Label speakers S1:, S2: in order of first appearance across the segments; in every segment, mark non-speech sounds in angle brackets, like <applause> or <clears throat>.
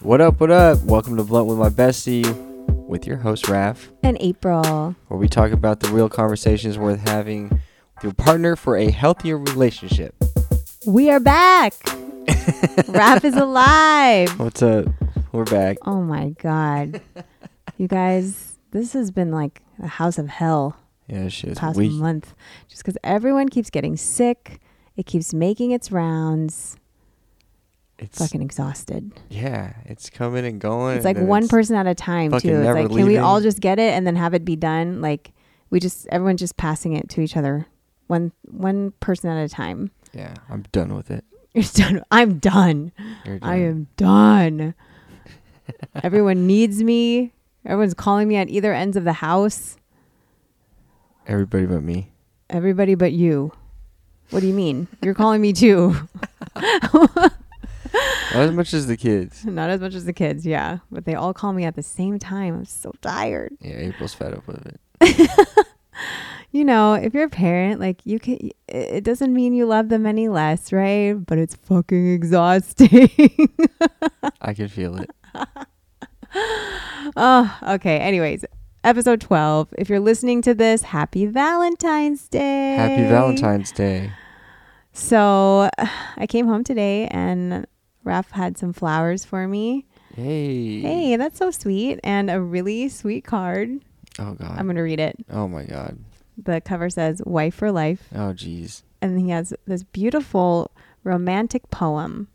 S1: What up, what up? Welcome to Blunt with My Bestie with your host, Raph,
S2: and April.
S1: where we talk about the real conversations worth having with your partner for a healthier relationship.
S2: We
S1: <laughs>
S2: are back. Rap is alive.
S1: What's up? We're back.
S2: Oh my god. You guys, this has been like a house of hell
S1: Yeah, shit.
S2: past
S1: We,
S2: month just cuz everyone keeps getting sick. It keeps making its rounds.
S1: it's,
S2: Fucking exhausted.
S1: yeah, it's coming and going.
S2: It's like
S1: and
S2: one
S1: it's-
S2: person at a time too.
S1: fucking
S2: It's
S1: never
S2: like can we all
S1: leaving.
S2: just get it and then have it be done? Like we just everyone just passing it to each other. One one person at a time. <laughs>
S1: Yeah, I'm done with it.
S2: You're done. I'm done.
S1: You're
S2: I
S1: done.
S2: am done. Everyone needs me. Everyone's calling me at either ends of the house.
S1: Everybody but me.
S2: Everybody but you. What do you mean? You're calling me too. <laughs>
S1: Not as much as the kids.
S2: Not as much as the kids, yeah. But they all call me at the same time. I'm so tired.
S1: Yeah, April's fed up with it.
S2: You know, if you're a parent, like you can it- it doesn't mean you love them any less, right? But it's fucking exhausting. <laughs>
S1: I can feel it.
S2: oh, okay. Anyways, episode 12. If you're listening to this, happy Valentine's Day.
S1: Happy Valentine's Day.
S2: So <sighs> I came home today and Raph had some flowers for me.
S1: Hey.
S2: Hey, that's so sweet. And a really sweet card.
S1: Oh, God.
S2: I'm going to read it.
S1: oh, my God.
S2: The cover says Wife for Life.
S1: Oh, jeez.
S2: And he has this beautiful romantic poem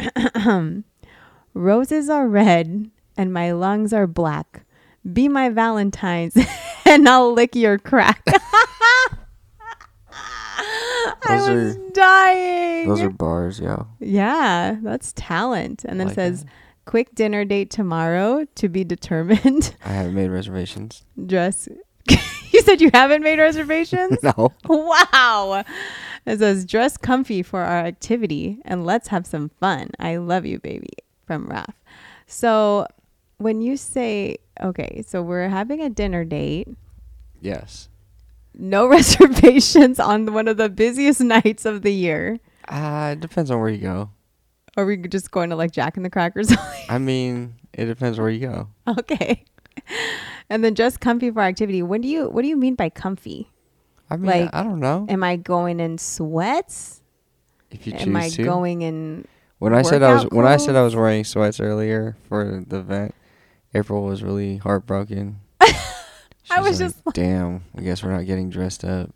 S2: <clears throat> Roses are red and my lungs are black. Be my Valentine's <laughs> and I'll lick your crack. I
S1: Those
S2: was
S1: are-
S2: dying.
S1: Those are bars, yo.
S2: Yeah, that's talent. And then
S1: Like
S2: it says, quick dinner date tomorrow to be determined. <laughs>
S1: I haven't made reservations.
S2: Dress. <laughs> you said you haven't made reservations?
S1: <laughs> No.
S2: wow. It says, dress comfy for our activity and let's have some fun. I love you, baby. From Raph. So when you say, okay, so we're having a dinner date.
S1: Yes.
S2: No <laughs> reservations on one of the busiest <laughs> nights of the year.
S1: Uh, it depends on where you go.
S2: Are we just going to like Jack and the Crackers? <laughs>
S1: I mean, it depends where you go.
S2: Okay. And then just comfy for activity. When do you what do you mean by comfy?
S1: I mean,
S2: Like,
S1: I don't know
S2: Am I going in sweats?
S1: if you
S2: Am I
S1: choose to.
S2: going in
S1: when I said I was
S2: workout
S1: when I said I
S2: clothes?
S1: was wearing sweats earlier for the event, April was really heartbroken. She
S2: <laughs> I was
S1: like,
S2: just like-
S1: damn. I guess we're not getting dressed up.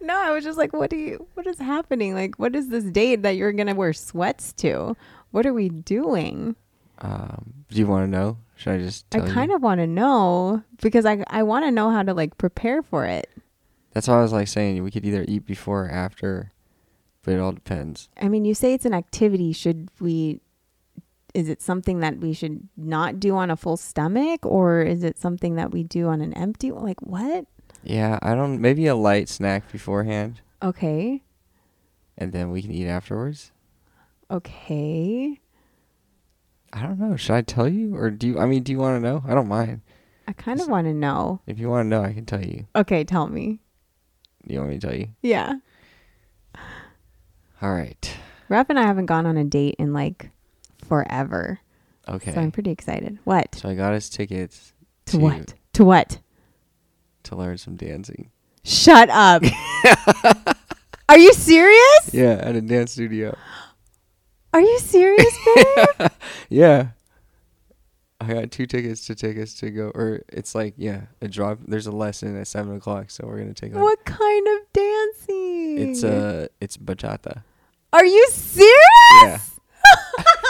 S2: No, I was just like, what do you what is happening? Like what is this date that you're gonna wear sweats to? What are we doing?
S1: Um, do you want to know? Should I just? Tell
S2: I kind of want to know because I I want to know how to like prepare for it.
S1: That's why I was like saying we could either eat before or after, but it all depends.
S2: I mean, you say it's an activity. Should we? Is it something that we should not do on a full stomach, or is it something that we do on an empty? Like what?
S1: Yeah, I don't. Maybe a light snack beforehand,
S2: Okay,
S1: and then we can eat afterwards.
S2: okay.
S1: I don't know. Should I tell you, or do you? I mean, do you want to know? I don't mind.
S2: I kind of want to know.
S1: If you want to know, I can tell you.
S2: Okay, tell me.
S1: You want me to tell you?
S2: Yeah,
S1: All right.
S2: Raph and I haven't gone on a date in like forever,
S1: Okay.
S2: so I'm pretty excited. What
S1: So I got us tickets
S2: to, what to what?
S1: to learn some dancing.
S2: Shut up. <laughs> Are you serious?
S1: Yeah, at a dance studio.
S2: Are you serious, <laughs> babe?
S1: Yeah. I got two tickets to tickets to go, or it's like yeah, a drop. There's a lesson at seven o'clock, so we're gonna take like
S2: what kind of dancing?
S1: it's uh it's bachata.
S2: Are you serious?
S1: Yeah,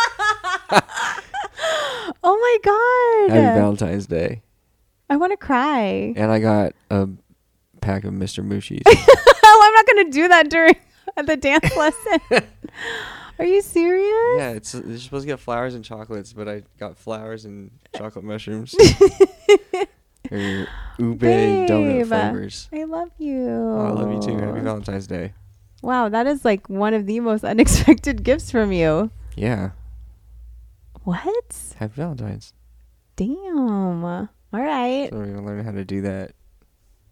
S2: <laughs> Oh my
S1: happy
S2: god.
S1: Valentine's Day,
S2: I want to cry.
S1: and I got a pack of Mr. Mushies.
S2: <laughs> oh, I'm not going to do that during <laughs> the
S1: <laughs>
S2: dance lesson. Are you serious?
S1: yeah, it's you're supposed to get flowers and chocolates, but I got flowers and chocolate
S2: <laughs>
S1: mushrooms. Or ube donut
S2: Babe.
S1: flavors.
S2: I love you.
S1: Oh, I love you too. Happy Valentine's Day.
S2: Wow, that is like one of the most <laughs> unexpected gifts from you.
S1: Yeah.
S2: What?
S1: Happy Valentine's.
S2: Damn. All
S1: So
S2: right.
S1: we're gonna learn how to do that.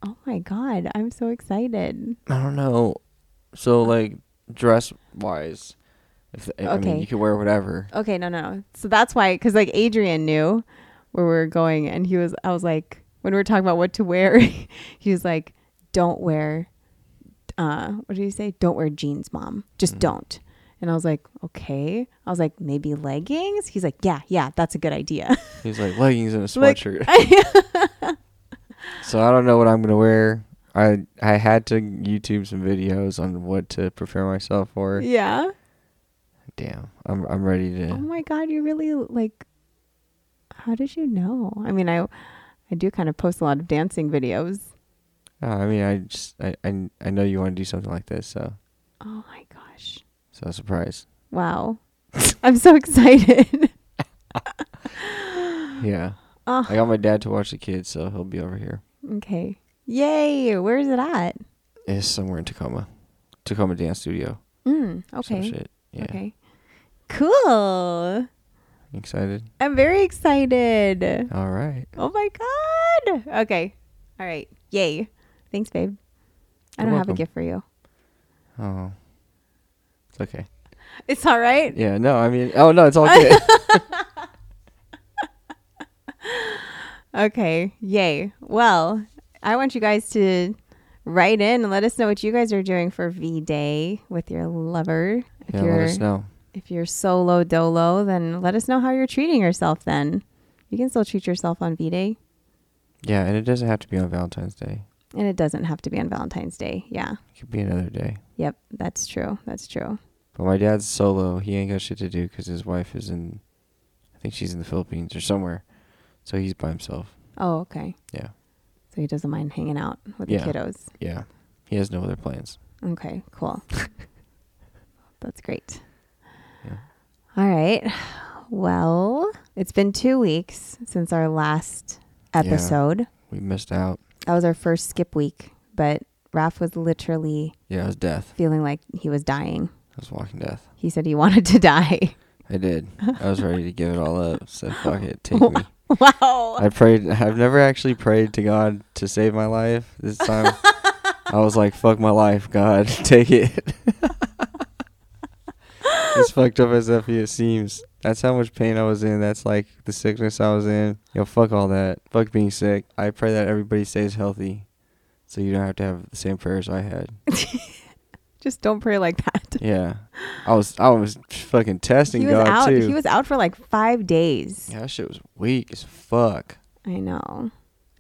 S2: Oh my god, I'm so excited.
S1: I don't know. So like dress wise, If, I mean,
S2: Okay.
S1: you could wear whatever.
S2: Okay, no, no. So that's why, because like Adrian knew where we were going, and he was, I was like, when we were talking about what to wear, <laughs> he was like, don't wear, uh, what did he say? Don't wear jeans, mom. Just don't. And I was like, okay. I was like, maybe leggings? He's like, yeah, yeah, that's a good idea. <laughs>
S1: He was like leggings and a
S2: Like-
S1: sweatshirt.
S2: <laughs>
S1: so I don't know what I'm gonna wear. I I had to YouTube some videos on what to prepare myself for.
S2: yeah.
S1: Damn, I'm I'm ready
S2: Oh
S1: to.
S2: my God, you really like, how did you know? I mean, I, I do kind of post a lot of dancing videos.
S1: Uh, I mean, I just I, I I know you want to do something like this, so
S2: Oh my gosh.
S1: so
S2: <sighs>
S1: surprised.
S2: Wow. I'm so excited.
S1: Yeah,
S2: Ah.
S1: I got my dad to watch the kids, so he'll be over here.
S2: Okay. Yay. Where is it at?
S1: It's somewhere in Tacoma, Tacoma Dance Studio.
S2: Mm,
S1: some
S2: okay.
S1: shit. Yeah.
S2: Okay. Cool.
S1: Excited.
S2: I'm very excited.
S1: All right.
S2: Oh my God. Okay. All right. Yay. Thanks, babe. I
S1: You're
S2: don't have a
S1: welcome.
S2: gift for you.
S1: Oh. It's okay.
S2: It's all right.
S1: Yeah, no, I mean, oh, no, it's
S2: <laughs>
S1: all good.
S2: Okay. Yay. Well, I want you guys to write in and let us know what you guys are doing for V Day with your lover. If
S1: yeah,
S2: you're
S1: let us know.
S2: if you're solo dolo, then let us know how you're treating yourself then. You can still treat yourself on V Day.
S1: Yeah, and it doesn't have to be on Valentine's Day.
S2: And it doesn't have to be on Valentine's Day. Yeah.
S1: It could be another day.
S2: Yep. That's true. That's true.
S1: But my dad's solo. He ain't got shit to do because his wife is in, I think she's in the Philippines or somewhere. So he's by himself.
S2: Oh, okay.
S1: Yeah.
S2: So he doesn't mind hanging out with
S1: Yeah.
S2: the kiddos.
S1: Yeah. He has no other plans.
S2: Okay. Cool. <laughs> that's great.
S1: Yeah.
S2: All right. Well, it's been two weeks since our last
S1: Yeah.
S2: episode.
S1: We missed out.
S2: That was our first skip week, but Raph was literally
S1: Yeah, it was death.
S2: feeling like he was dying.
S1: It was walking death.
S2: He said he wanted to die. <laughs>
S1: I did. I was ready to give it all up. Said, fuck it, take me.
S2: wow. <laughs>
S1: I prayed. I've never actually prayed to God to save my life. This time, I was like, "Fuck my life, God, <laughs> take it." as fucked up as that it seems, that's how much pain I was in. That's like the sickness I was in. Yo, fuck all that. Fuck being sick. I pray that everybody stays healthy, so you don't have to have the same prayers I
S2: <laughs>
S1: had.
S2: Just don't pray like that.
S1: Yeah, I was. I was fucking testing
S2: He was
S1: God
S2: out.
S1: too.
S2: He was out for like five days.
S1: yeah, that shit was weak as fuck.
S2: I know.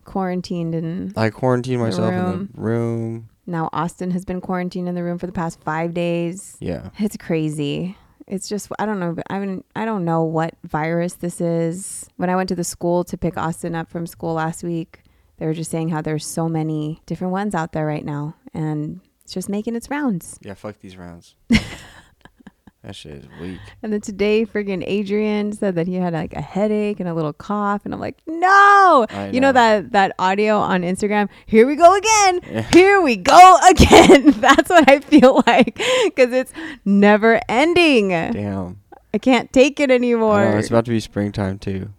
S2: Quarantined and
S1: I quarantined
S2: The
S1: myself
S2: room.
S1: in the room.
S2: now Austin has been quarantined in the room for the past five days.
S1: Yeah.
S2: It's crazy. It's just I don't know. I mean, I don't know what virus this is. When I went to the school to pick Austin up from school last week, they were just saying how there's so many different ones out there right now, and it's just making its rounds.
S1: Yeah, fuck these rounds. that shit is weak.
S2: And then today, friggin' Adrian said that he had like a headache and a little cough, and I'm like, no.
S1: I
S2: You know
S1: know.
S2: that that audio on Instagram. Here we go again.
S1: Yeah.
S2: <laughs> Here we go again. <laughs> That's what I feel like because it's never ending.
S1: Damn.
S2: I can't take it
S1: I know,
S2: anymore.
S1: it's about to be springtime too.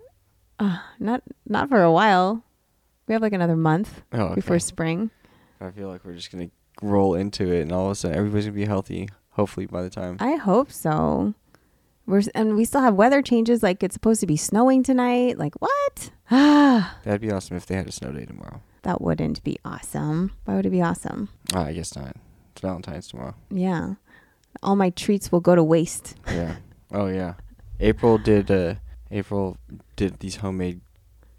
S2: not not for a while. We have like another month
S1: Oh, okay.
S2: before spring.
S1: I feel like we're just gonna roll into it, and all of a sudden everybody's gonna be healthy. Hopefully by the time.
S2: I hope so. We're s- and we still have weather changes. Like it's supposed to be snowing tonight. Like
S1: <sighs>
S2: what? <sighs> Ah,
S1: That'd be awesome if they had a snow day tomorrow.
S2: that wouldn't be awesome. Why would it be awesome?
S1: Ah, I guess not. It's Valentine's tomorrow.
S2: Yeah. All my treats will go to waste.
S1: Yeah. oh yeah. April did. uh April did these homemade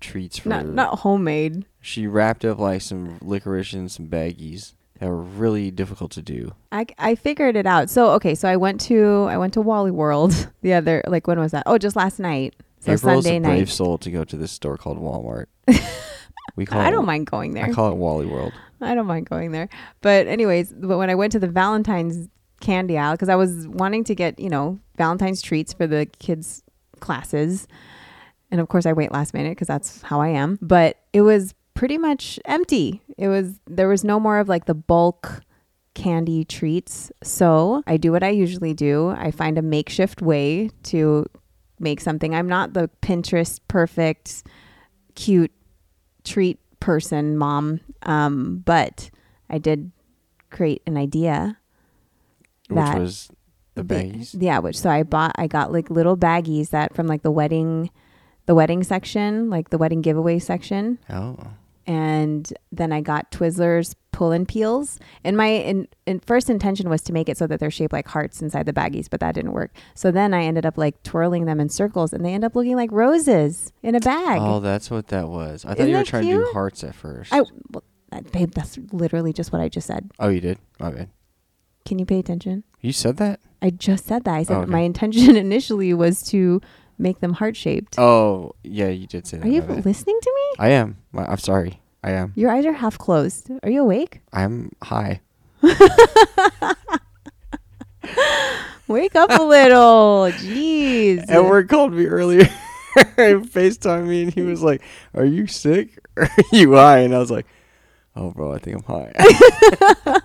S1: treats for.
S2: Not not homemade.
S1: She wrapped up like some licorice and some baggies that were really difficult to do.
S2: I, I figured it out. So okay, so I went to I went to Wally World <laughs> the other like when was that? Oh, just last night. So
S1: April's
S2: Sunday
S1: a brave
S2: night.
S1: soul to go to this store called
S2: <laughs>
S1: Walmart. we call
S2: I
S1: it
S2: don't mind going there.
S1: I call it Wally World.
S2: I don't mind going there. But anyways, but when I went to the Valentine's candy aisle because I was wanting to get you know Valentine's treats for the kids' classes, and of course I wait last minute because that's how I am. But it was pretty much empty. It was there was no more of like the bulk candy treats. So I do what I usually do. I find a makeshift way to make something. I'm not the Pinterest perfect, cute treat person mom um but i did create an idea
S1: Which
S2: That-
S1: was The
S2: big-
S1: baggies.
S2: yeah, which so I bought I got like little baggies that from like the wedding the wedding section, like the wedding giveaway section.
S1: Oh.
S2: And then I got Twizzlers pull and peels. And my in, in first intention was to make it so that they're shaped like hearts inside the baggies, but that didn't work. So then I ended up like twirling them in circles and they end up looking like roses in a bag.
S1: Oh, that's what that was. I thought
S2: Isn't
S1: you were
S2: that
S1: trying to do
S2: cute?
S1: hearts at first.
S2: I well, uh, babe, that's literally just what I just said.
S1: oh, you did? My bad.
S2: Can you pay attention?
S1: You said that?
S2: I just said that. I said
S1: Oh, okay.
S2: my intention <laughs> initially was to make them heart shaped.
S1: Oh, yeah, you did say that.
S2: Are you
S1: my bad.
S2: listening to me?
S1: I am. My- I'm sorry. I am.
S2: Your eyes are half closed. Are you awake?
S1: I'm high.
S2: Wake up
S1: <laughs>
S2: a little. Jeez.
S1: Edward called me earlier. <laughs> FaceTime me and he was like, Are you sick? <laughs> Are you high? And I was like, Oh, bro, I think I'm
S2: <laughs>
S1: high.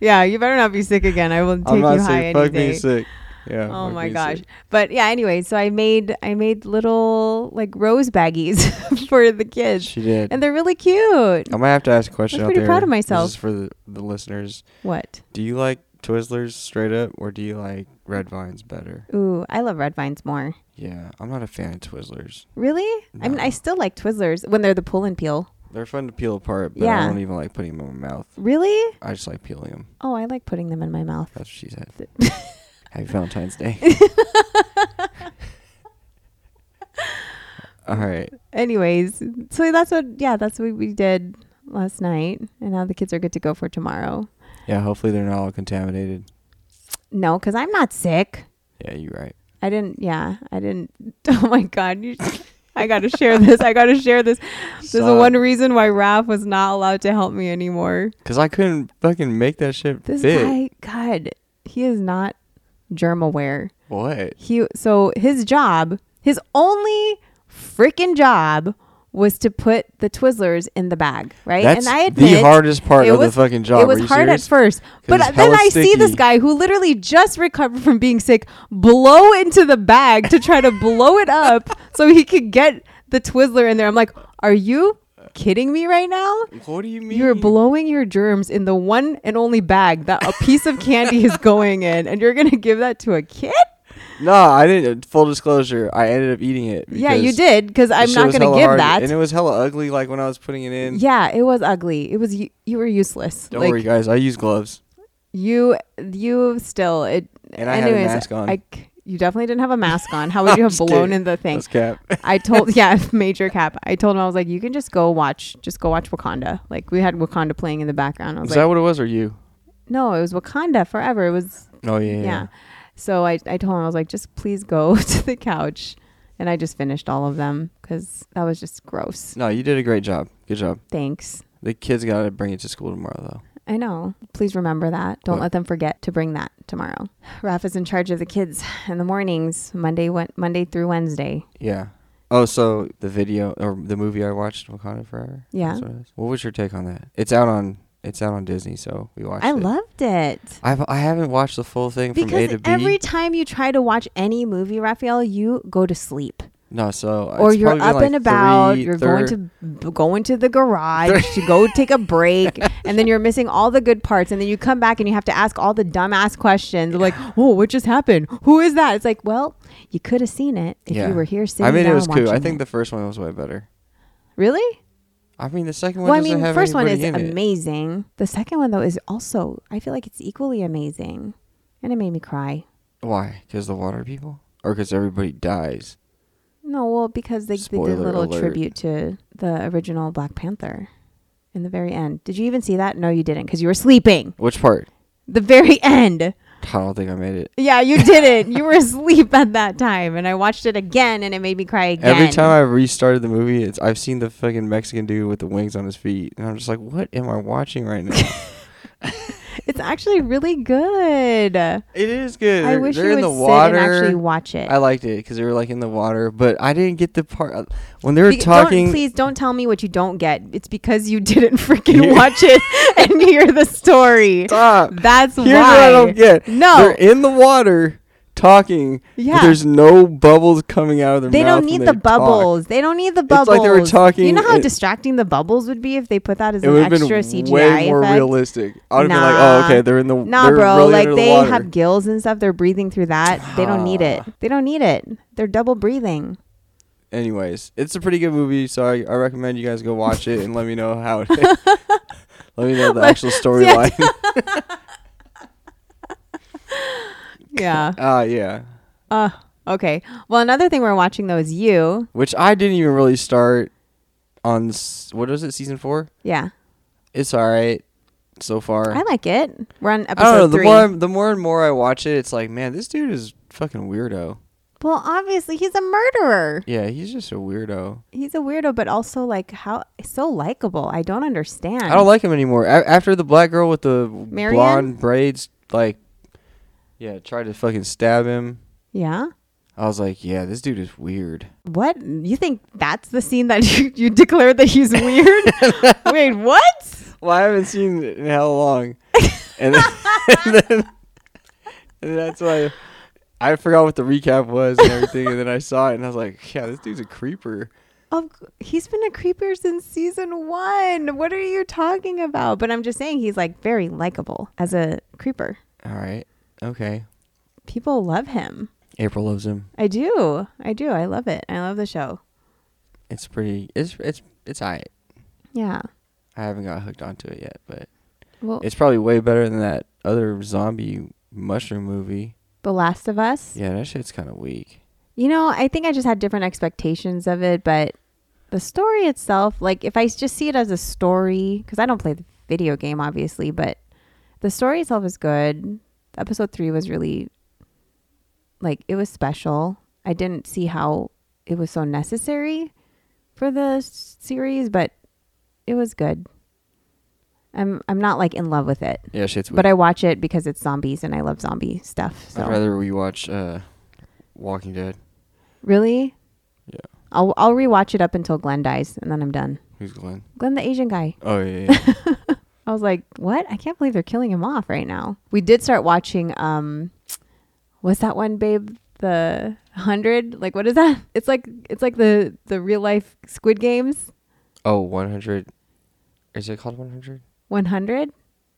S2: Yeah, you better not be sick again. I will take
S1: I'm
S2: you
S1: not
S2: high
S1: sick.
S2: any
S1: Fuck
S2: day.
S1: being sick. Yeah.
S2: Oh
S1: fuck
S2: my
S1: being
S2: gosh.
S1: sick.
S2: But yeah, anyway, so I made I made little like rose baggies <laughs> for the kids.
S1: She did.
S2: And they're really cute.
S1: I might have to ask a question
S2: I was
S1: out
S2: pretty
S1: there.
S2: proud of myself.
S1: This is for the, the listeners.
S2: What?
S1: Do you like Twizzlers straight up or do you like Red Vines better?
S2: Ooh, I love red vines more.
S1: Yeah, I'm not a fan of Twizzlers.
S2: Really? I mean,
S1: No.
S2: I still like Twizzlers when they're the pull and peel.
S1: They're fun to peel apart, but
S2: Yeah.
S1: I don't even like putting them in my mouth.
S2: Really?
S1: I just like peeling them.
S2: Oh, I like putting them in my mouth.
S1: That's what she
S2: <laughs>
S1: said.
S2: Th-
S1: Happy Valentine's
S2: <laughs>
S1: Day. All right.
S2: Anyways, so that's what yeah, that's what we did last night and now the kids are good to go for tomorrow.
S1: Yeah, hopefully they're not all contaminated.
S2: No, cuz I'm not sick.
S1: Yeah, you're right.
S2: I didn't yeah, I didn't <laughs> Oh my god. You <laughs> I got to share this. I got to share this. This is
S1: Son.
S2: one reason why Raph was not allowed to help me anymore.
S1: Cause I couldn't fucking make that shit
S2: This
S1: fit.
S2: guy, god, he is not germ aware.
S1: What?
S2: he so his job his only freaking job was to put the twizzlers in the bag right
S1: That's
S2: and i admit
S1: the hardest part
S2: it
S1: of
S2: was-
S1: the fucking job.
S2: it was
S1: Are you
S2: hard
S1: serious?
S2: at first but
S1: it's
S2: then
S1: hella
S2: i see this
S1: sticky.
S2: guy who literally just recovered from being sick blow into the bag to try to blow it up
S1: <laughs>
S2: so he could get the twizzler in there i'm like are you kidding me right now
S1: What do you mean?
S2: you're blowing your germs in the one and only bag that a piece of candy
S1: <laughs>
S2: is going in and you're gonna give that to a kid
S1: No, I didn't. uh, Full disclosure, I ended up eating it.
S2: Yeah, you
S1: because
S2: did because
S1: the
S2: I'm
S1: shit
S2: not
S1: was
S2: going to
S1: hella
S2: give
S1: hard,
S2: that.
S1: And it was hella ugly. Like when I was putting it in.
S2: yeah, it was ugly. It was you, you were useless.
S1: Don't
S2: like
S1: worry, guys. I use gloves.
S2: you, you still it.
S1: And I had a
S2: anyways,
S1: mask on.
S2: I c- you definitely didn't have a mask on.
S1: <laughs>
S2: How would you have
S1: Just
S2: blown
S1: kidding.
S2: in the thing?
S1: That's cap. <laughs>
S2: I told yeah, <laughs> major cap. I told him I was like, you can just go watch, just go watch Wakanda. Like we had Wakanda playing in the background. I was
S1: Is
S2: like,
S1: that what it was, or you?
S2: no, it was Wakanda forever. It was
S1: Oh yeah.
S2: yeah. So I, I told him I was like, just please go <laughs> to the couch, and I just finished all of them because that was just gross.
S1: No, you did a great job. Good job.
S2: Thanks.
S1: The kids got to bring it to school tomorrow, though.
S2: I know. Please remember that. Don't
S1: What?
S2: let them forget to bring that tomorrow. Raf is in charge of the kids in the mornings, Monday went Monday through Wednesday.
S1: Yeah. Oh, so the video or the movie I watched, Wakanda Forever.
S2: Yeah.
S1: That's what, it is. what was your take on that? It's out on it's out on Disney, so we watched.
S2: I
S1: it.
S2: loved it.
S1: I've I haven't watched the full thing from A
S2: Because
S1: to B.
S2: every time you try to watch any movie, Raphael, you go to sleep.
S1: no, so
S2: or
S1: Uh, it's
S2: you're
S1: probably been
S2: up
S1: like
S2: and about,
S1: three,
S2: you're
S1: thir-
S2: going to going to the garage to go
S1: <laughs>
S2: take a break, and then you're missing all the good parts, and then you come back and you have to ask all the dumbass questions like, "Oh, what just happened? Who is that?" It's like, well, you could have seen it if
S1: Yeah.
S2: you were here sitting
S1: I mean,
S2: down
S1: it was cool. I
S2: watching
S1: think
S2: it.
S1: the first one was way better.
S2: really.
S1: I mean, the second one.
S2: Well, I
S1: doesn't
S2: mean,
S1: have
S2: first one is
S1: anybody in it.
S2: amazing. The second one though is also I feel like it's equally amazing, and it made me cry.
S1: Why? Because the water people, or because everybody dies.
S2: No, well, because they, they did a
S1: Spoiler
S2: little
S1: alert.
S2: tribute to the original Black Panther in the very end. Did you even see that? No, you didn't, because you were sleeping.
S1: Which part?
S2: The very <laughs> end.
S1: I don't think I made it.
S2: Yeah, you didn't. you were asleep at that time, and I watched it again, and it made me cry again.
S1: Every time I restarted the movie, it's I've seen the fucking Mexican dude with the wings on his feet, and I'm just like, what am I watching right now?
S2: <laughs> it's actually really good.
S1: it is good.
S2: I
S1: They're-
S2: wish
S1: they're
S2: you
S1: in
S2: would
S1: the
S2: sit
S1: water.
S2: and actually watch it.
S1: I liked it because they were like in the water, but I didn't get the part uh, when they were
S2: Be-
S1: talking.
S2: Don't, please don't tell me what you don't get. It's because you didn't <laughs> freaking
S1: Here-
S2: watch it <laughs> and hear the story.
S1: Stop.
S2: That's
S1: Here's what
S2: why.
S1: I don't get.
S2: No.
S1: They're in the water talking.
S2: Yeah.
S1: But there's no bubbles coming out of their
S2: They
S1: mouth.
S2: don't
S1: when
S2: need
S1: they
S2: the
S1: talk.
S2: bubbles. They don't need the
S1: like
S2: bubbles.
S1: they were talking-
S2: You know how
S1: it-
S2: distracting the bubbles would be if they put that as
S1: It
S2: an
S1: would have been
S2: extra CGI
S1: way more
S2: effect?
S1: realistic. I would have been like,
S2: Nah.
S1: oh, okay, they're in the
S2: Nah,
S1: they're
S2: bro.
S1: really
S2: like
S1: under
S2: they
S1: the water.
S2: have gills and stuff. They're breathing through that. They don't
S1: <sighs>
S2: need it. They don't need it. They're double breathing.
S1: Anyways, it's a pretty good movie, so I, I recommend you guys go watch it and let me know
S2: <laughs>
S1: how it. <laughs> let me know the actual storyline. <laughs>
S2: Yeah.
S1: Ah, yeah.
S2: uh, <laughs> okay. Well, another thing we're watching though is you.
S1: Which I didn't even really start on. s- What was it? Season four.
S2: Yeah.
S1: It's all right so far.
S2: I like it. We're on
S1: I don't know.
S2: episode
S1: The
S2: three.
S1: more I'm, the more and more I watch it, it's like, man, this dude is fucking weirdo.
S2: well, obviously he's a murderer.
S1: Yeah, he's just a weirdo.
S2: He's a weirdo, but also like how so likable. I don't understand.
S1: I don't like him anymore. A- after the black girl with the
S2: Hmm. Marianne?
S1: blonde braids, like, yeah, tried to fucking stab him.
S2: yeah.
S1: I was like, yeah, this dude is weird.
S2: What you think? That's the scene that <laughs> you, you declared that
S1: <laughs>
S2: he's weird. Wait, what?
S1: Well, I haven't seen it in how
S2: <laughs>
S1: long, and then, and then, and that's why I forgot what the recap was and everything. and then I saw it and I was like, yeah, this dude's a creeper.
S2: Of, c- he's been a creeper since season one. What are you talking about? But I'm just saying he's like very likable as a creeper.
S1: All right, okay.
S2: People love him.
S1: April loves him.
S2: I do. I do. I love it. I love the show.
S1: It's pretty. It's it's it's alright.
S2: Yeah.
S1: I haven't got hooked onto it yet, but
S2: Well,
S1: it's probably way better than that other zombie mushroom movie.
S2: The Last of Us.
S1: Yeah, that shit's kind of weak.
S2: You know, I think I just had different expectations of it, but the story itself, like if I s- just see it as a story, because I don't play the video game, obviously, but the story itself is good. Episode three was really, like, it was special. I didn't see how it was so necessary for the s- series, but it was good. I'm I'm not like in love with it,
S1: Yeah, shit's weak.
S2: but I watch it because it's zombies and I love zombie stuff. So
S1: I'd rather we watch uh, Walking Dead.
S2: Really?
S1: Yeah.
S2: I'll I'll rewatch it up until Glenn dies and then I'm done.
S1: Who's Glenn?
S2: Glenn the Asian guy.
S1: Oh yeah, yeah.
S2: I was like, "What? I can't believe they're killing him off right now." We did start watching um what's that one babe? The 100? Like what is that? <laughs> It's like it's like the the real life Squid Games
S1: oh, 100. Is it called 100?
S2: 100.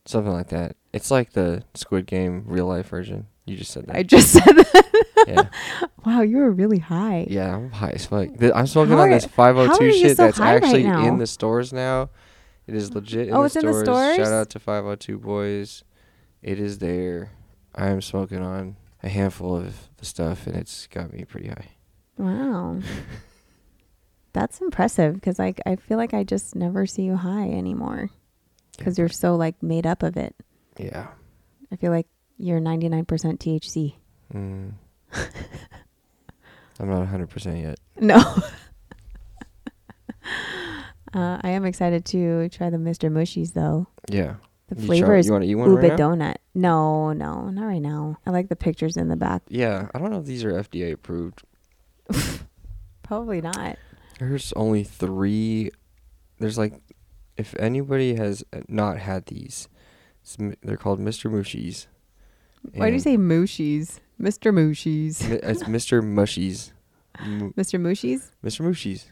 S1: Something like that. It's like the Squid Game real life version. You just said
S2: I
S1: that.
S2: just said that. <laughs>
S1: yeah,
S2: Wow, you were really high.
S1: yeah. I'm high as fuck. Th- I'm smoking
S2: How
S1: on
S2: are-
S1: this
S2: how are
S1: 502
S2: you
S1: shit
S2: so
S1: that's
S2: high right
S1: actually
S2: now?
S1: in the stores now. It is legit. In
S2: Oh,
S1: the
S2: it's in
S1: stores.
S2: the stores?
S1: Shout out to 502 boys. It is there. I am smoking on a handful of the stuff, and it's got me pretty high. <laughs>
S2: Wow. That's impressive because like I feel like I just never see you high anymore because you're so like made up of it.
S1: Yeah.
S2: I feel like you're 99% THC. <laughs>
S1: Mm. I'm not 100% yet.
S2: No. <laughs> uh, I am excited to try the Mr. Mushies though.
S1: Yeah.
S2: The
S1: You
S2: flavor
S1: try-
S2: is
S1: You want to eat one
S2: Uba
S1: right now?
S2: donut. No, no, not right now. I like the pictures in the back.
S1: Yeah, I don't know if these are FDA approved.
S2: Probably not.
S1: There's only three. There's like, if anybody has uh, not had these, it's, m- they're called Mr. Mushies.
S2: Why do you
S1: and
S2: say Mushies? Mr. Mushies.
S1: mi-
S2: <laughs>
S1: It's Mr. Mushies. Mu-
S2: Mr. Mushies?
S1: Mr.
S2: <laughs>
S1: Mushies.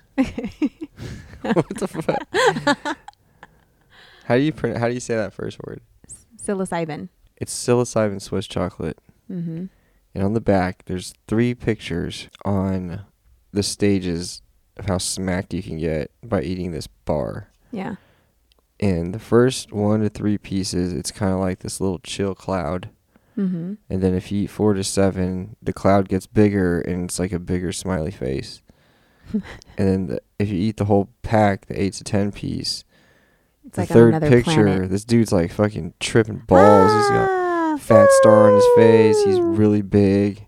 S1: what the fuck? how do you print? How do you say that first word?
S2: Psilocybin.
S1: It's psilocybin Swiss chocolate.
S2: Mm-hmm.
S1: And on the back, there's three pictures on the stages of how smacked you can get by eating this bar.
S2: Yeah.
S1: And the first one to three pieces, it's kind of like this little chill cloud.
S2: Mm-hmm.
S1: And then if you eat four to seven, the cloud gets bigger and it's like a bigger smiley
S2: <laughs>
S1: face. and then the, if you eat the whole pack, the eight to ten piece,
S2: It's
S1: the
S2: like on
S1: third
S2: another
S1: picture,
S2: planet.
S1: this dude's like fucking tripping balls. He's got
S2: Ah,
S1: fat star on his face. He's
S2: foo. <laughs>
S1: really big.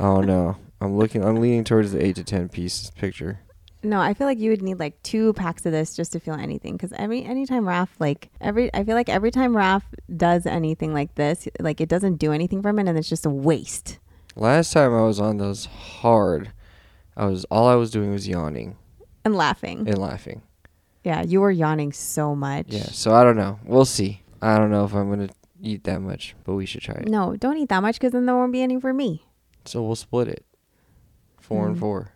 S1: oh no. I'm looking I'm leaning towards the 8 to 10 piece picture.
S2: No, I feel like you would need like two packs of this just to feel anything. Because every anytime Raph like every, I feel like every time Raph does anything like this, like it doesn't do anything for him, and then it's just a waste.
S1: Last time I was on those hard, I was all I was doing was yawning
S2: And laughing.
S1: and laughing.
S2: yeah, you were yawning so much.
S1: Yeah, so I don't know. We'll see. I don't know if I'm going to eat that much, but we should try it.
S2: No, don't eat that much because then there won't be any for me.
S1: So we'll split it. 4 and
S2: Mm.
S1: four.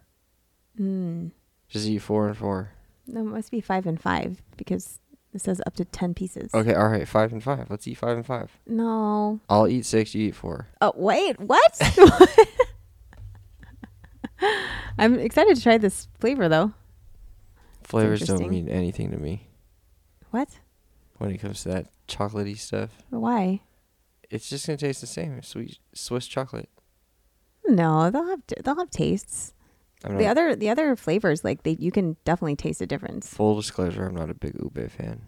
S2: Mm.
S1: Just eat four and four.
S2: No, it must be five and five because it says up to 10 pieces.
S1: Okay, all right, five and five. Let's eat five and five.
S2: No.
S1: I'll eat six. You eat four.
S2: Oh, wait, what? <laughs> I'm excited to try this flavor though.
S1: Flavors don't
S2: interesting.
S1: mean anything to me
S2: What?
S1: when it comes to that chocolatey stuff.
S2: Why?
S1: It's just gonna taste the same. as Sweet Swiss chocolate.
S2: No, they'll have they'll have tastes.
S1: I'm
S2: The
S1: not-
S2: other the other flavors like they you can definitely taste a difference.
S1: Full disclosure, I'm not a big ube fan.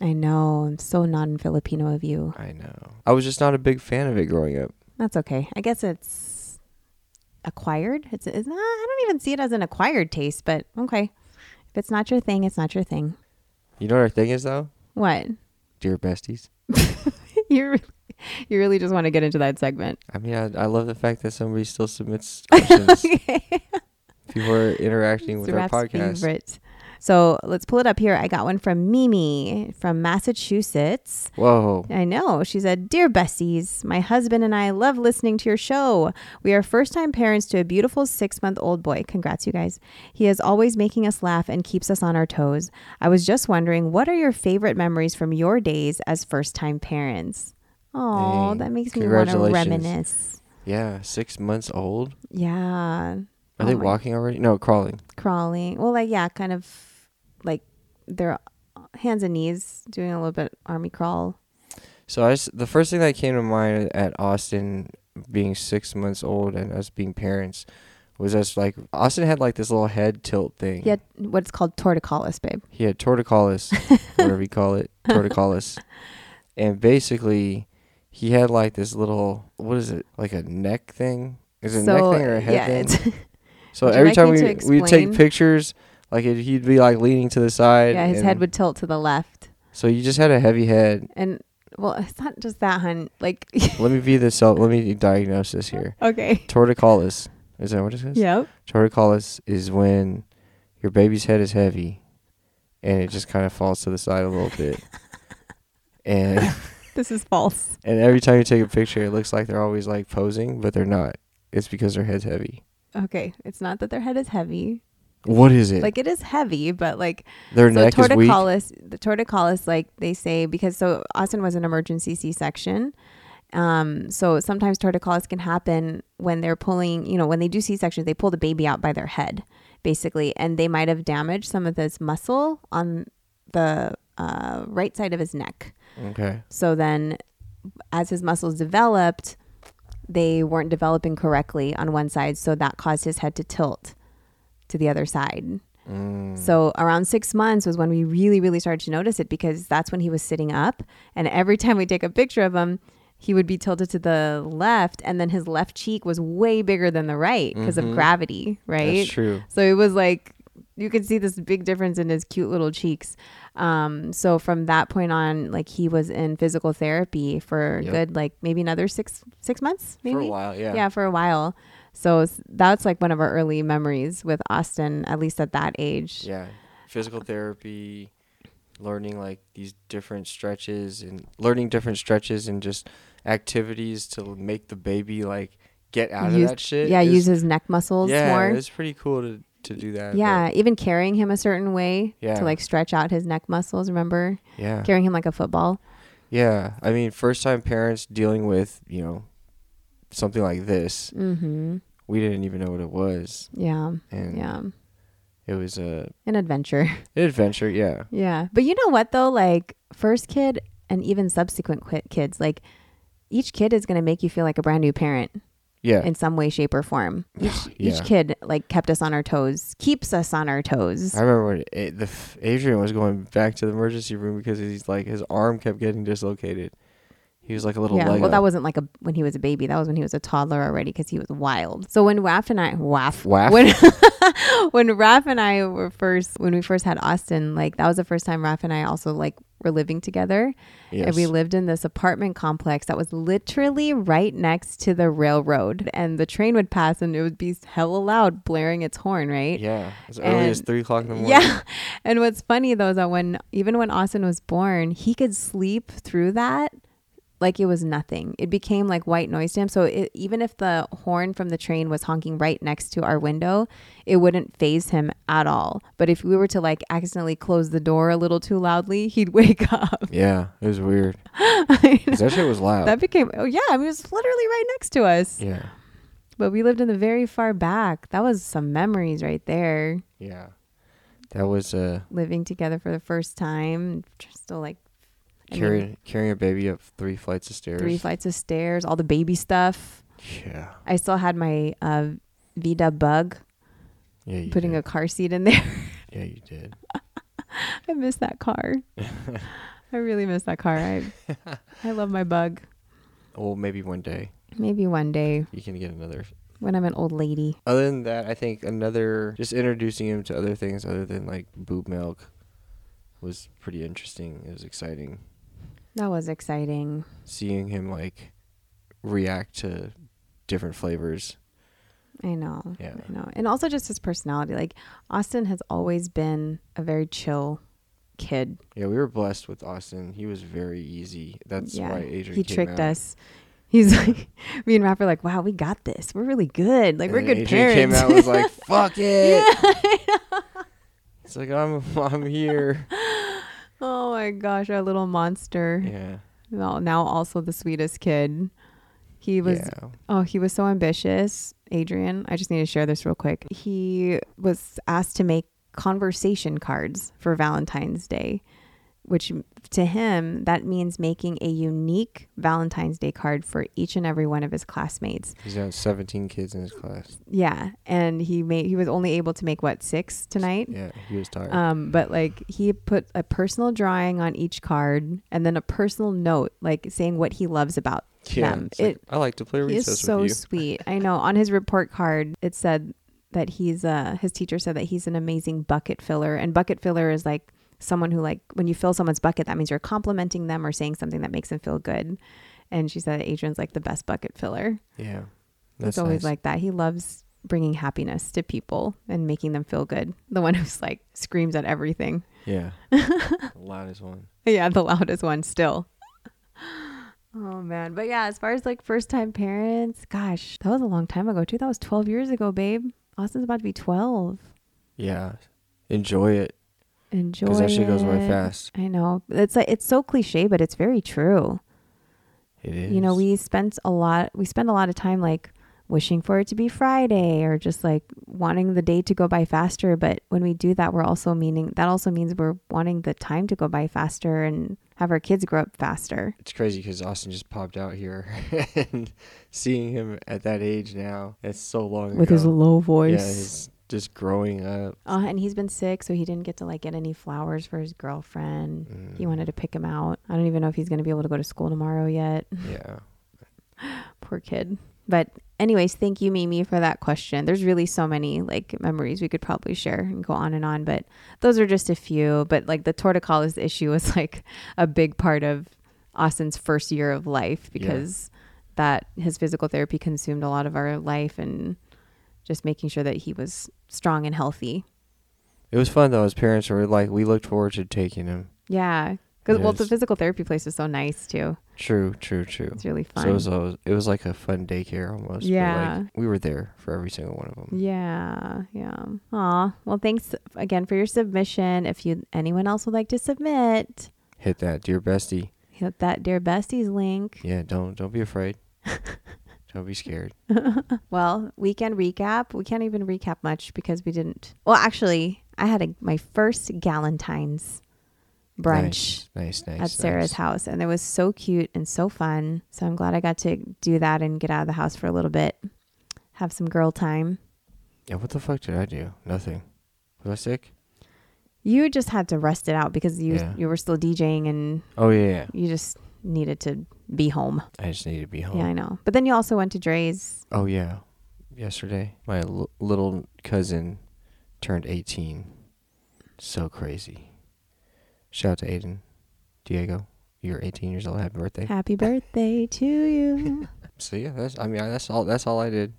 S2: I know. I'm so non-Filipino of you.
S1: I know. I was just not a big fan of it growing up.
S2: That's okay. I guess it's acquired. It's, it's not, I don't even see it as an acquired taste, but okay. If it's not your thing, it's not your thing.
S1: You know what our thing is though?
S2: What? <laughs>
S1: Dear besties.
S2: you really, you really just want to get into that segment.
S1: I mean, I, I love the fact that somebody still
S2: <laughs>
S1: submits questions. People are interacting with
S2: It's
S1: our
S2: Raf's
S1: podcast.
S2: favorite. So let's pull it up here. I got one from Mimi from Massachusetts.
S1: Whoa.
S2: I know. She said, Dear Bessies, my husband and I love listening to your show. We are first time parents to a beautiful six month old boy. Congrats, you guys. He is always making us laugh and keeps us on our toes. I was just wondering, what are your favorite memories from your days as first time parents? Oh,
S1: Dang.
S2: that makes me want to
S1: Congratulations.
S2: reminisce.
S1: Yeah, six months old.
S2: Yeah.
S1: Are
S2: Oh
S1: they
S2: my-
S1: walking already? No, crawling.
S2: Crawling. Well, like, yeah, kind of like their hands and knees doing a little bit army crawl.
S1: So I s the first thing that came to mind at Austin being six months old and us being parents was us like Austin had like this little head tilt thing.
S2: He had what's called torticollis, babe.
S1: He had torticollis, whatever you call
S2: <laughs>
S1: it, torticollis, and basically he had like this little what is it like a neck thing? Is it a neck thing or a head
S2: yeah,
S1: thing?
S2: it's- <laughs>
S1: So
S2: Would you
S1: every
S2: like
S1: time
S2: me
S1: we
S2: to
S1: we take
S2: explain?
S1: pictures, like it, he'd be like leaning to the side.
S2: yeah, his head
S1: and-
S2: would tilt to the left.
S1: So you just had a heavy head.
S2: And well, it's not just that, hun. Like,
S1: <laughs> Let me be the self. Let me diagnose this here.
S2: <laughs>
S1: <laughs>
S2: okay.
S1: Torticollis. Is that what it says?
S2: Yep.
S1: Torticollis is when your baby's head is heavy, and it just kind of falls to the side a little
S2: <laughs>
S1: bit. and
S2: This is false.
S1: and every time you take a picture, it looks like they're always like posing, but they're not. It's because their head's heavy.
S2: Okay. It's not that their head is heavy.
S1: What is it?
S2: Like, it is heavy, but like,
S1: their
S2: so
S1: neck is weak.
S2: torticollis, the torticollis, like they say, because so Austin was an emergency C section. Um, so sometimes torticollis can happen when they're pulling, you know, when they do C sections, they pull the baby out by their head, basically, and they might have damaged some of this muscle on the uh, right side of his neck.
S1: Okay.
S2: So then, as his muscles developed, they weren't developing correctly on one side. So that caused his head to tilt to the other side.
S1: Mm.
S2: So around six months was when we really, really started to notice it because that's when he was sitting up. And every <laughs> time we take a picture of him, he would be tilted to the left. And then his left cheek was way bigger than the right because
S1: Mhm.
S2: of gravity, right?
S1: That's true.
S2: So it was like you could see this big difference in his cute little cheeks. Um, so from that point on, like he was in physical therapy for a
S1: Yep.
S2: good, like maybe another six six months, maybe
S1: For a while, yeah.
S2: yeah for a while so s- that's like one of our early memories with austin at least at that age
S1: Yeah. Physical therapy, learning like these different stretches and learning different stretches and just activities to make the baby like get out
S2: Use-
S1: of that shit.
S2: yeah
S1: is-
S2: use his neck muscles
S1: yeah,
S2: more
S1: it's pretty cool to, to do that. but
S2: yeah even carrying him a certain way
S1: Yeah.
S2: to like stretch out his neck muscles remember
S1: Yeah.
S2: carrying him like a football
S1: Yeah. I mean, first time parents dealing with, you know, something like this,
S2: mm-hmm
S1: we didn't even know what it was.
S2: yeah
S1: And
S2: yeah
S1: it was a
S2: an adventure
S1: an adventure. Yeah.
S2: yeah but you know what though like first kid and even subsequent qui- kids like each kid is going to make you feel like a brand new parent
S1: Yeah.
S2: in some way shape or form each,
S1: Yeah.
S2: each kid like kept us on our toes keeps us on our toes
S1: I remember when it, the f- Adrian was going back to the emergency room because he's like his arm kept getting dislocated. He was like a little
S2: yeah,
S1: Lego.
S2: well, that wasn't like a when he was a baby. That was when he was a toddler already because he was wild. So when Raph and I, Waff,
S1: Waff?
S2: when <laughs> when Raph and I were first when we first had Austin, like that was the first time Raph and I also like were living together,
S1: <laughs>
S2: and
S1: yes.
S2: we lived in this apartment complex that was literally right next to the railroad, and the train would pass, and it would be hella loud, blaring its horn, right?
S1: yeah, as early as
S2: and-
S1: three o'clock in the morning.
S2: Yeah. <laughs> And what's funny though is that when even when Austin was born, he could sleep through that like it was nothing. It became like white noise to him. So it, even if the horn from the train was honking right next to our window, it wouldn't phase him at all. But if we were to like accidentally close the door a little too loudly, he'd <laughs> wake up.
S1: Yeah, it was weird.
S2: <laughs> I
S1: 'Cause
S2: know.
S1: that shit was loud.
S2: That became oh yeah, I mean it was literally right next to us.
S1: yeah,
S2: But we lived in the very far back. That was some memories right there.
S1: yeah. That was uh,
S2: Living together for the first time, still like I mean,
S1: carrying carrying a baby up three flights of stairs.
S2: three flights of stairs, all the baby stuff.
S1: Yeah,
S2: I still had my uh, Vida bug,
S1: yeah. You
S2: putting
S1: did.
S2: a car seat in there. <laughs>
S1: yeah, you did.
S2: I miss
S1: <laughs>
S2: that car. I really miss that car. I I love my bug.
S1: Well, maybe one day
S2: Maybe one day
S1: you can get another.
S2: when I'm an old lady.
S1: Other than that, I think another just introducing him to other things other than like boob milk was pretty interesting. It was exciting
S2: That was exciting.
S1: seeing him like react to different flavors.
S2: I know.
S1: Yeah.
S2: I know. And also just his personality. Like Austin has always been a very chill kid.
S1: Yeah, we were blessed with Austin. He was very easy. That's why Adrian
S2: he
S1: came
S2: tricked
S1: out.
S2: us. He's <laughs> like, me and Raph are like, wow, we got this. We're really good. Like,
S1: And
S2: we're
S1: then
S2: good
S1: Adrian
S2: parents.
S1: came out and was like, "Fuck it." it's like I'm I'm here.
S2: <laughs> <laughs> oh my gosh, our little monster.
S1: Yeah.
S2: Well, now also the sweetest kid. He was
S1: yeah.
S2: oh, he was so ambitious. Adrian, I just need to share this real quick. He was asked to make conversation cards for Valentine's Day, which to him that means making a unique Valentine's Day card for each and every one of his classmates.
S1: He's got 17 kids in his class.
S2: Yeah, and he made he was only able to make what 6 tonight.
S1: Yeah, he was tired.
S2: Um, but like he put a personal drawing on each card and then a personal note, like saying what he loves about
S1: yeah.
S2: them.
S1: it's like,
S2: it-
S1: I like to play
S2: He is
S1: recess
S2: so
S1: with you.
S2: sweet. I know. On his report card, it said that he's uh his teacher said that he's an amazing bucket filler, and bucket filler is like someone who like when you fill someone's bucket, that means you're complimenting them or saying something that makes them feel good. And she said that Adrian's like the best bucket filler.
S1: yeah.
S2: It's
S1: That's
S2: always
S1: nice.
S2: like that. He loves bringing happiness to people and making them feel good. The one who's like screams at everything. <laughs>
S1: Yeah. Loudest one.
S2: Yeah, the loudest one still. Oh man. But yeah, as far as like first time parents, gosh, that was a long time ago too. That was 12 years ago, babe. Austin's about to be 12.
S1: Yeah. Enjoy it.
S2: Enjoy.
S1: Because that shit goes by
S2: it.
S1: fast.
S2: I know. It's like it's so cliche, but it's very true.
S1: It is.
S2: You know, we spent a lot we spend a lot of time like wishing for it to be Friday or just like wanting the day to go by faster, but when we do that, we're also meaning that also means we're wanting the time to go by faster and have our kids grow up faster.
S1: It's crazy because Austin just popped out here, <laughs> and seeing him at that age now, it's so long
S2: with
S1: ago.
S2: his low
S1: yeah,
S2: voice.
S1: he's just growing up.
S2: uh, and he's been sick, so he didn't get to like get any flowers for his girlfriend. He wanted to pick him out. I don't even know if he's going to be able to go to school tomorrow yet.
S1: Yeah.
S2: Poor kid. But anyways, thank you Mimi for that question. There's really so many like memories we could probably share and go on and on, but those are just a few. But like the torticollis issue was <laughs> like a big part of Austin's first year of life
S1: Yeah.
S2: because that his physical therapy consumed a lot of our life and just making sure that he was strong and healthy.
S1: It was fun though. His parents were like, we looked forward to taking him.
S2: Yeah. 'Cause- well, the
S1: Yes.
S2: physical therapy place is so nice too.
S1: True, true, true.
S2: It's really fun.
S1: So it was, always, it was like a fun daycare almost. but,
S2: Yeah.
S1: Like, we were there for every single one of them.
S2: yeah, yeah. Aw, well, thanks again for your submission. If you anyone else would like to submit,
S1: Hit that, dear bestie.
S2: hit that dear besties link.
S1: Yeah, don't don't be afraid.
S2: <laughs>
S1: don't be scared.
S2: Well, weekend recap. We can't even recap much because we didn't. Well, actually, I had a, my first Galentine's brunch.
S1: Nice, nice, nice.
S2: at Sarah's
S1: nice.
S2: house, and it was so cute and so fun. So I'm glad I got to do that and get out of the house for a little bit, have some girl time.
S1: Yeah, what the fuck did I do? Nothing. Was I sick?
S2: You just had to rest it out because you
S1: Yeah.
S2: you were still DJing and
S1: Oh yeah, yeah.
S2: you just needed to be home.
S1: I just needed to be home.
S2: Yeah, I know. But then you also went to Dre's.
S1: Oh yeah, yesterday my l- little cousin turned 18. So crazy. Shout out to Aiden, Diego. You're 18 years old. Happy birthday.
S2: Happy birthday to you.
S1: So yeah, that's I mean I, that's all that's all I did.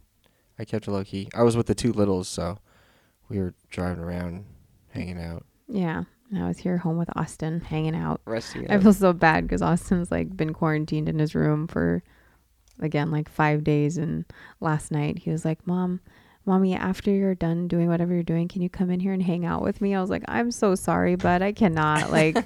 S1: I kept it low key. I was with the two littles, so we were driving around, hanging out.
S2: yeah. And I was here home with Austin hanging out.
S1: Resting.
S2: I
S1: up.
S2: feel so bad because Austin's like been quarantined in his room for again like five days. And last night he was like, Mom, Mommy, after you're done doing whatever you're doing, can you come in here and hang out with me? I was like, I'm so sorry, but I
S1: <laughs>
S2: cannot. Like,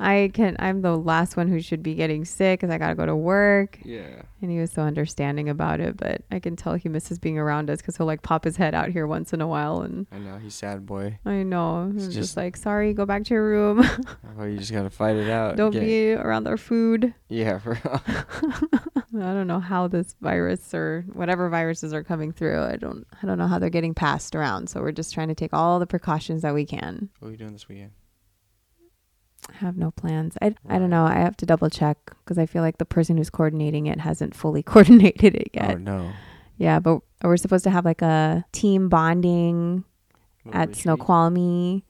S2: I can, I'm the last one who should be getting sick because I got to go to work.
S1: yeah.
S2: And he was so understanding about it, but I can tell he misses being around us because he'll like pop his head out here once in a while. And
S1: I know he's sad boy.
S2: I know,
S1: It's just-
S2: I'm just like, sorry, go back to your room. <laughs>
S1: Oh, you just gotta fight it out.
S2: Don't
S1: Get-
S2: be around our food.
S1: Yeah, for <laughs>
S2: I don't know how this virus or whatever viruses are coming through. I don't I don't know how they're getting passed around. So we're just trying to take all the precautions that we can.
S1: what are you doing this weekend?
S2: I have no plans. I, I don't know. I have to double check because I feel like the person who's coordinating it hasn't fully <laughs> coordinated it yet.
S1: Oh no.
S2: Yeah, but we're supposed to have like a team bonding
S1: Little
S2: at
S1: retreat?
S2: Snoqualmie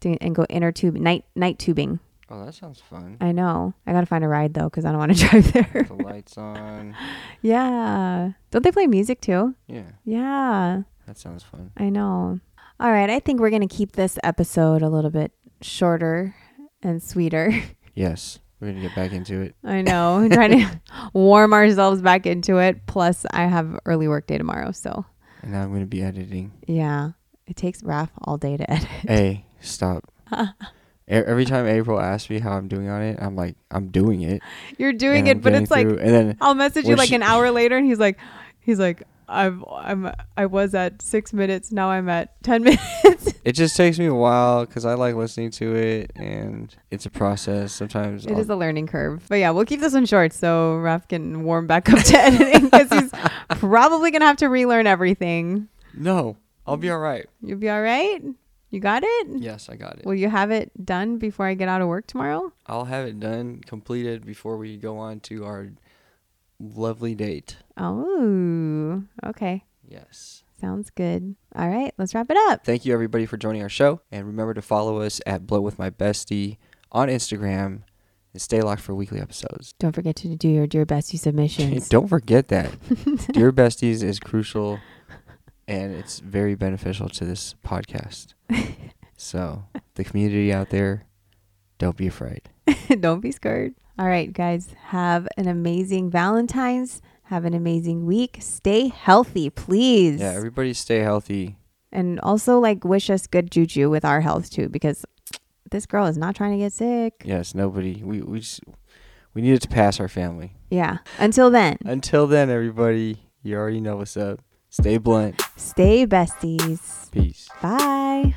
S2: to, and go inner tube night night tubing.
S1: Oh, that sounds fun.
S2: I know. I got to find a ride though cuz I don't want to <laughs> drive there.
S1: the lights
S2: <laughs>
S1: on.
S2: yeah. Don't they play music too?
S1: Yeah,
S2: Yeah.
S1: that sounds fun.
S2: I know. All right, I think we're going to keep this episode a little bit shorter and sweeter. <laughs>
S1: Yes, we're gonna get back into it.
S2: I know. We're trying to <laughs> warm ourselves back into it. Plus, I have early work day tomorrow, so
S1: And now I'm gonna be
S2: <laughs>
S1: editing.
S2: yeah. It takes Raph all day to edit.
S1: A, stop. E- Every time April asks me how I'm doing on it, I'm like, I'm doing it.
S2: <laughs> You're
S1: and
S2: doing
S1: I'm
S2: it, but
S1: getting
S2: it's like
S1: through, and then
S2: I'll message you
S1: Well,
S2: like
S1: she-
S2: an hour later, and he's like, he's like, I've I'm I was at six minutes, now I'm at ten <laughs> minutes.
S1: it just takes me a while because I like listening to it, and it's a process. Sometimes
S2: It
S1: I'll-
S2: is a learning curve, but yeah, we'll keep this one short so Raph can warm back up to <laughs> editing because he's probably gonna have to relearn everything.
S1: no, I'll be all right.
S2: You'll be all right. You got it.
S1: Yes, I got it.
S2: Will you have it done before I get out of work tomorrow?
S1: I'll have it done, completed before we go on to our lovely date.
S2: Oh, okay.
S1: Yes.
S2: Sounds good. All right, let's wrap it up.
S1: Thank you everybody for joining our show, and remember to follow us at Blow with My Bestie on Instagram, and stay locked for weekly episodes.
S2: Don't forget to do your dear bestie
S1: <laughs>
S2: submissions.
S1: Don't forget that. Dear Besties is crucial and it's very beneficial to this podcast. So, the community out there, don't be afraid.
S2: <laughs> Don't be scared. All right, guys, have an amazing Valentine's. Have an amazing week. Stay healthy, please.
S1: Yeah, everybody stay healthy.
S2: and also, like, wish us good juju with our health, too, because this girl is not trying to get sick.
S1: Yes, nobody. We we just, we needed to pass our family.
S2: Yeah. Until then,
S1: Until then, everybody, you already know what's up. Stay blunt.
S2: stay besties.
S1: Peace.
S2: Bye.